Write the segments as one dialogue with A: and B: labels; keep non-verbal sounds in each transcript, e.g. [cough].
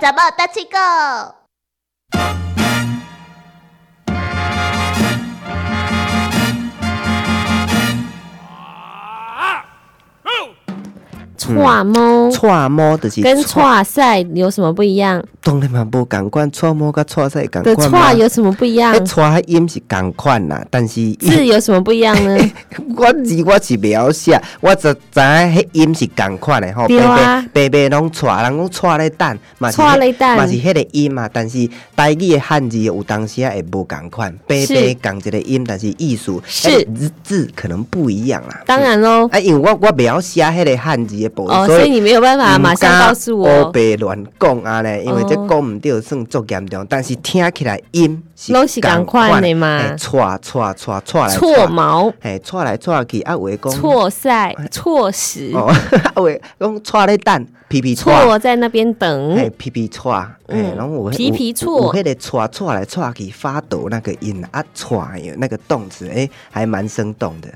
A: 怎么大七个？
B: 串猫
C: 串毛就是
B: 跟串赛有什么不一样？
C: 当然嘛无共款，串毛甲串赛共
B: 的
C: 款嘛
B: 串有什么不一样？
C: 迄哎串音是共款啦，但是
B: 字有什么不一样呢？
C: 我字我是袂晓写，我就知影迄音是共款的吼，
B: 对啊
C: 白白白拢串，人讲串咧等，嘛是
B: 串咧
C: 迄
B: 等
C: 嘛是迄个音嘛，但是台语的汉字有当时啊会无共款，白
B: 是
C: 白共一个音，但是意思
B: 是
C: 迄个字字可能不一样啦。
B: 当然
C: [laughs]
B: 喽，
C: 啊，因为我我袂晓写迄个汉字的部分，
B: 哦，所以你没有办法
C: 唔
B: 马上
C: 敢
B: 告诉
C: 黑
B: 我，
C: 白乱讲啊咧，因为这
B: 哦
C: 讲毋对算足严重，但是听起来音是
B: 拢是同款的嘛
C: 嘿错错错错来
B: 错，毛、
C: 嘿，错来错去，啊，有诶讲，
B: 错赛、错时、
C: 哦， [laughs] 啊，有诶讲错咧等，皮皮错，
B: 错在那边
C: 嘿
B: 等，，
C: 皮皮错，嘿
B: 嗯，
C: 然后我
B: 皮皮错
C: 我迄个错错来错去发抖那个音啊，错有那个动词，诶，还蛮生动的，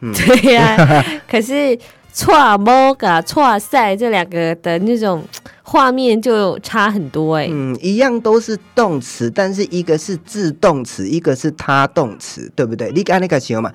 B: [laughs] 对呀、可是错猫跟错赛这两个的那种画面就差很多哎、
C: 嗯，一样都是动词，但是一个是自动词，一个是他动词，对不对？你安尼个想嘛，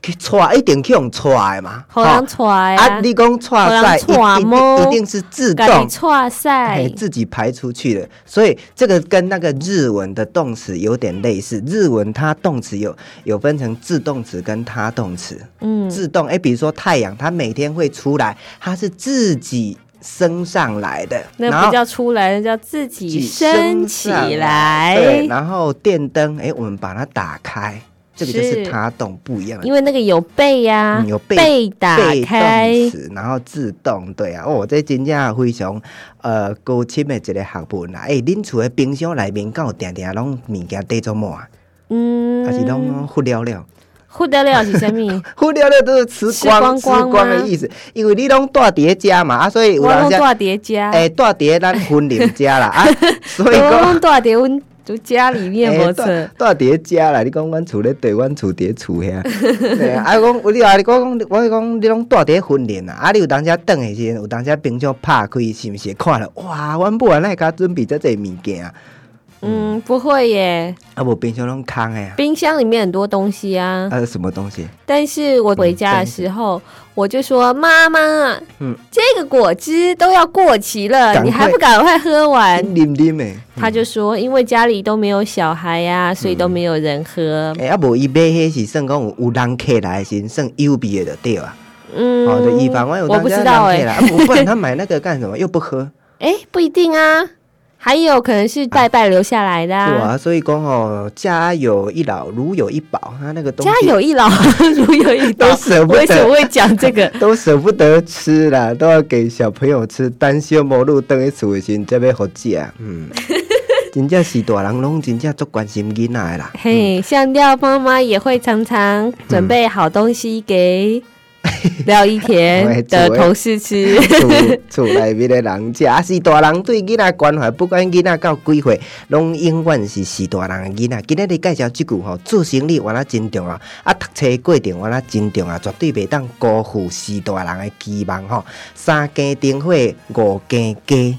C: 去踹一定去用踹的嘛。
B: 好
C: 吼
B: 难错
C: 啊，
B: 呀，
C: 你讲踹赛，
B: 给人啊踹
C: 一
B: 么
C: 定一定是自
B: 赶
C: 动
B: 紧。错啊赛
C: 哎，，自己排出去的，所以这个跟那个日文的动词有点类似。日文它动词有有分成自动词跟他动词。
B: 嗯，
C: 自动哎，比如说太阳，它每天会出来，它是自己升上来的，然
B: 那
C: 后
B: 不叫出来，那叫自己升
C: 升
B: 起
C: 上
B: 来
C: 对，。然后电灯，哎，我们把它打开，这个就是是它动不一样的，
B: 因为那个有背呀、
C: 嗯有背
B: 背打
C: 被
B: 开，
C: 动词，然后自动，对啊，哦，这真正非常呃高深的一个学问啦。哎，恁厝的冰箱内面，敢有定定拢物件堆做满，啊
B: 嗯，
C: 还是啊拢忽了了？
B: 忽得了是什么？
C: 忽了了都是吃光
B: 吃光光啊
C: 的意思，因为你拢住伫咧家嘛，啊，所 [laughs] 以有
B: 我
C: 人
B: 拢
C: 家
B: 大叠加，
C: 哎住伫咧咱婚林家啦，
B: [laughs]
C: 啊，所
B: 我
C: 以讲。
B: 拢大叠温就家里面
C: 欸
B: 无
C: 住
B: 错。
C: 住伫咧遮啦，你讲阮厝咧对，阮厝伫咧厝
B: [laughs]
C: 遐。对啊，啊讲你啊，你讲我讲我讲你拢住伫咧婚恋啊，啊你有当时转的时阵，有当时冰箱拍开，是毋是会看了？哇，阮母啊，那甲准备遮济物件啊，
B: 嗯，不会耶，
C: 啊无冰箱拢空的啊，
B: 冰箱里面很多东西啊。
C: 啊什么东西？
B: 但是我回家的时候，我就说妈妈，
C: 嗯
B: 这个果汁都要过期了，
C: 赶快嗯
B: 你还不赶快喝完？
C: 啉啉的。
B: 他就说，因为家里都没有小孩
C: 嗯
B: 呀、所以都没有人喝。
C: 哎、啊无伊买迄是算讲有有人客来的时阵，算优比的就对啊。
B: 嗯，
C: 哦，就以防万一有
B: 我
C: 当
B: 不
C: 时
B: 知
C: 人
B: 道
C: 客
B: 哎、
C: 来，啊不不然他买那个干什么？又不喝。
B: 哎、不一定啊，还有可能是拜拜留下来的、
C: 对
B: [laughs] 啊。
C: 啊，所以讲哦，家有一老，如有一宝，他那个东
B: 家
C: 西啊
B: 有一老， [laughs] 如有一宝
C: [laughs] 都。舍不
B: 为什么
C: 得，
B: 会讲这个？
C: [laughs] 都舍不得吃啦，都要给小朋友吃。单小毛路等去厝的时候才要好食，嗯，真正是大人拢真正足关心囡仔的啦。
B: 嘿，香料妈妈也会常常准备好东西给廖一田的同事吃。
C: 厝厝内面的人食，啊是大人对囡仔关怀，不管囡仔到几岁，拢永远是是大人的囡仔。今日你介绍即句吼，做生意原来真重要，啊，读册的过程原来真重要，绝对袂当辜负是大人的期望吼。三更灯火，五更鸡，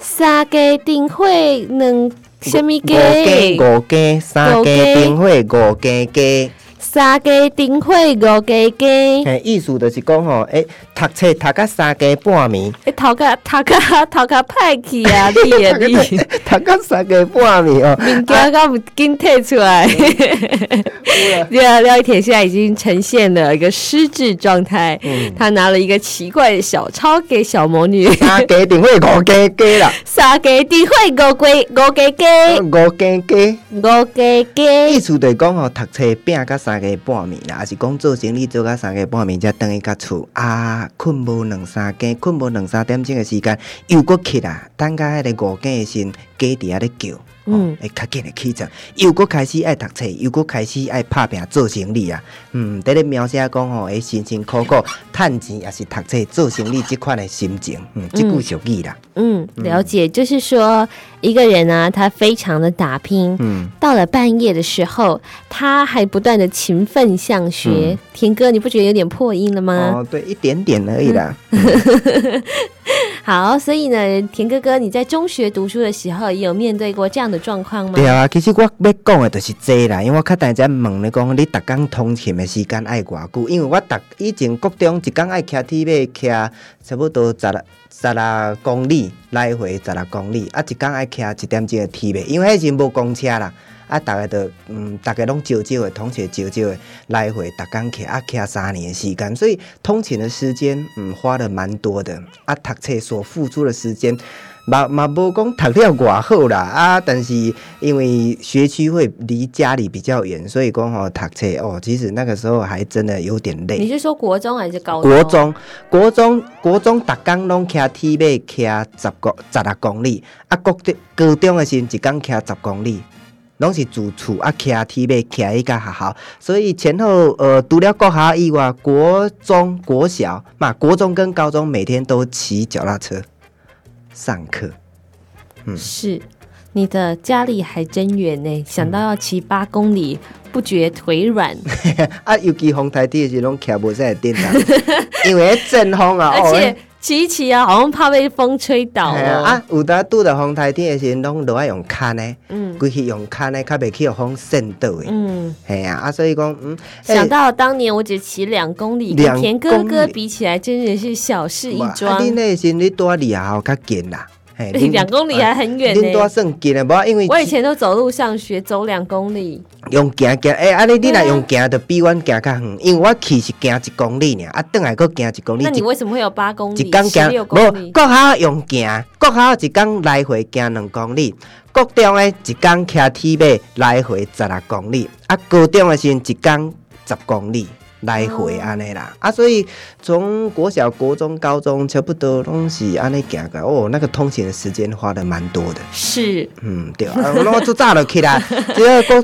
B: 三鸡定会两什么
C: 五更
B: 鸡？
C: 五更，三更灯火，五更鸡。
B: 三鸡定会五鸡鸡。
C: 嘿，意思就是讲吼，诶、读册读到三更半暝。
B: 哎，头壳头壳头壳歹去啊！ [laughs] 你啊你，
C: [laughs] 读到三更半暝哦，
B: 物件敢不紧退出来？ [laughs] 廖廖一田现在已经呈现了一个失智状态，他拿了一个奇怪的小抄给小魔女。
C: 三更灯火五更鸡
B: [laughs]
C: 啦。
B: 三个智慧五龟五鸡鸡，
C: 五更鸡，
B: 五鸡
C: 意
B: 鸡，
C: 思就是讲吼，读册拼到三更半暝啦，还是讲做生理做到三更半暝才倒去到厝啊，困无两三更，困无两三点钟的时间，又搁起啦，等到迄个五更的时候，鸡伫遐咧叫。
B: 嗯
C: 嗯，会较紧的起床，又搁开始爱读哦册，又搁开始爱拍拼做生理啊。嗯，伫咧描写讲吼，诶，辛辛苦苦趁钱也是读册做生意即款的心情，嗯，即句俗语啦，
B: 嗯，了解，就是说一个人啊，他非常的打拼，
C: 嗯，
B: 到了半夜的时候，他还不断的勤奋向学。田哥，你不觉得有点破音了吗？
C: 嗯哦，对，一点点而已啦，
B: 好，所以呢，田哥哥，你在中学读书的时候，也有面对过这样的状况吗？
C: 对啊，其实我要讲的就是这啦，因为我较大只问你讲，你逐工通勤的时间爱偌久？因为我逐以前国中一工爱骑铁马，骑差不多十六十六公里来回十六公里，啊，一工爱骑一点钟的铁马，因为迄时无公车啦。啊，逐个都嗯，逐个拢少少的，同学少少的来回，逐工骑啊骑三年的时间，所以通勤的时间嗯花了蛮多的。啊，读册所付出的时间。嘛嘛无讲读了偌好啦，啊，但是因为学区会离家里比较远，所以讲吼读册哦，其实那个时候还真的有点累。
B: 你是说国中还是高中？
C: 国中、国中、国中，逐工拢骑铁马，骑十公、十六公里。啊，国中、高中的时候，一工骑十公里，拢是自厝啊，骑铁马，骑迄个学校。所以前后呃，除了国校以外，国中、国小嘛，国中跟高中每天都骑脚踏车上课。嗯
B: 是，你的家里还真远呢，想到要骑八公里，不觉腿软。
C: 啊，尤其风台地的时候，拢骑无啥会颠啦，因为迄阵风啊，
B: 而且骑一骑啊，好像怕被风吹倒
C: 哦，嘿
B: 哦。
C: 啊，啊有当拄着风台天的时候，拢落来用牵的，
B: 嗯
C: 规去用牵的，较袂去互风扇倒的，
B: 嗯，
C: 嘿啊，啊，所以讲，嗯，
B: 想到当年我只骑两公里，
C: 两
B: 跟田哥
C: 公
B: 哥
C: 里
B: 比起来，真的是小事一
C: 哇
B: 桩，
C: 啊，。恁那时候你住离也较近啦，嘿
B: [laughs]
C: 啊
B: 两公里还很远
C: 恁住
B: 呢。
C: 算近的，无啊因为
B: 我以前都走路上学，走两公里。
C: 用行行，诶、啊你你
B: 对啊
C: 若用行，就比阮行较远，因为我去是行一公里尔，啊，转来佫行一公里，
B: 那你
C: 一
B: 为什么会有八公
C: 一
B: 里
C: 工、
B: 十
C: 行
B: 六公
C: 无
B: 里？
C: 国校用行，国校一工来回行两公里，国中的一工骑铁马来回十六公里，啊，高中的时阵一工十公里来回安尼啦。啊，所以从国小、国中、高中差不多拢是安尼行个，哦，那个通勤的时间花的蛮多的。
B: 是
C: 嗯，
B: [laughs]
C: 对啊，我拢做早就起来，只要国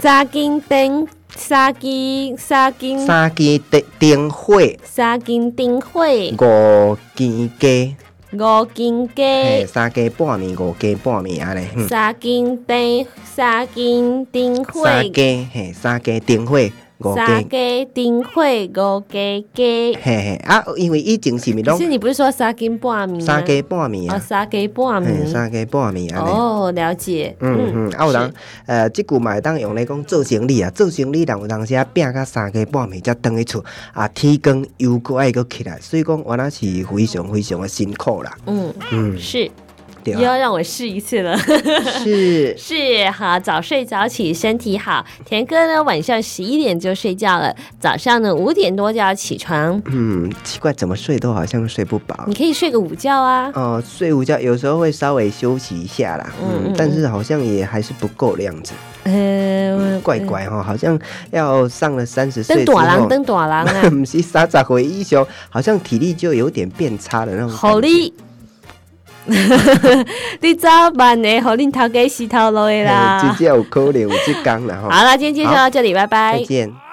B: 扎金灯、沙金、沙金、
C: 三更灯灯火，
B: 沙金灯会、
C: 五更鸡，
B: 五金
C: 嘿，
B: 鸡、
C: 三更半暝，五更半暝安尼。嗯
B: 沙金灯、沙金灯
C: 三
B: 会、
C: 家嘿，三家灯会五家，
B: 三鸡灯会五鸡鸡。
C: 嘿嘿啊，因为以前是咪
B: 可
C: 拢
B: 是你不是说三更半米吗？
C: 三家半暝
B: 哦，
C: 啊，
B: 三更半
C: 嘿，
B: 米。
C: 三家半暝安尼。
B: 哦，了解。
C: 嗯嗯，啊有人，呃，即句嘛会当用来讲做生理啊，做生理人有当时啊拼到三更半暝才倒去厝，啊天光又搁爱搁起来，所以讲原来是非常非常的辛苦啦，
B: 嗯，
C: 嗯，
B: 是，
C: 对
B: 又
C: 啊，
B: 要让我试一次了。 [laughs]
C: 是，
B: 是好，早睡早起，身体好。田哥呢，晚上十一点就睡觉了，早上呢五点多就要起床。
C: [laughs] 嗯，奇怪，怎么睡都好像睡不饱
B: 你。可以睡个午觉啊。
C: 哦、睡午觉有时候会稍微休息一下啦，
B: 嗯
C: 嗯，
B: 嗯
C: 但是好像也还是不够的样子。
B: 呃，
C: 怪怪哈，好像要上了三十岁
B: 登
C: 之
B: 大郎，
C: 后，
B: 登大郎
C: [laughs]
B: 啊，
C: 不是三十回英雄，好像体力就有点变差的那种感觉。
B: 好
C: [laughs]
B: 哩。 [laughs] 你早晚的，好恁头家洗头路的
C: 嘿，
B: 啦
C: 直。接有可能有这天了哈。
B: 好啦，今天介绍到这里，拜拜
C: 再。见。